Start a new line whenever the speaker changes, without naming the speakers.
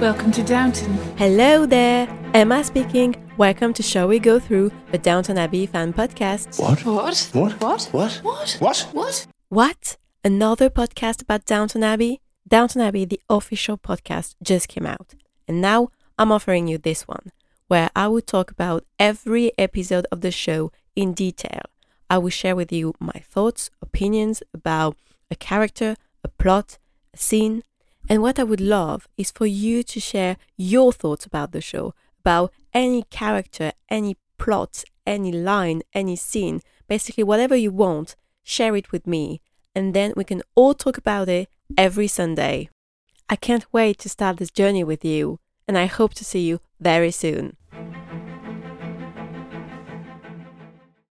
Welcome to Downton.
Hello there, Emma speaking. Welcome to Shall We Go Through, the Downton Abbey fan podcast.
What?
What?
What?
What?
What?
What?
What?
What?
What? Another podcast about Downton Abbey? Downton Abbey, the official podcast, just came out. And now I'm offering you this one, where I will talk about every episode of the show in detail. I will share with you my thoughts, opinions about a character, a plot, a scene. And what I would love is for you to share your thoughts about the show, about any character, any plot, any line, any scene, basically whatever you want, share it with me, and then we can all talk about it every Sunday. I can't wait to start this journey with you, and I hope to see you very soon.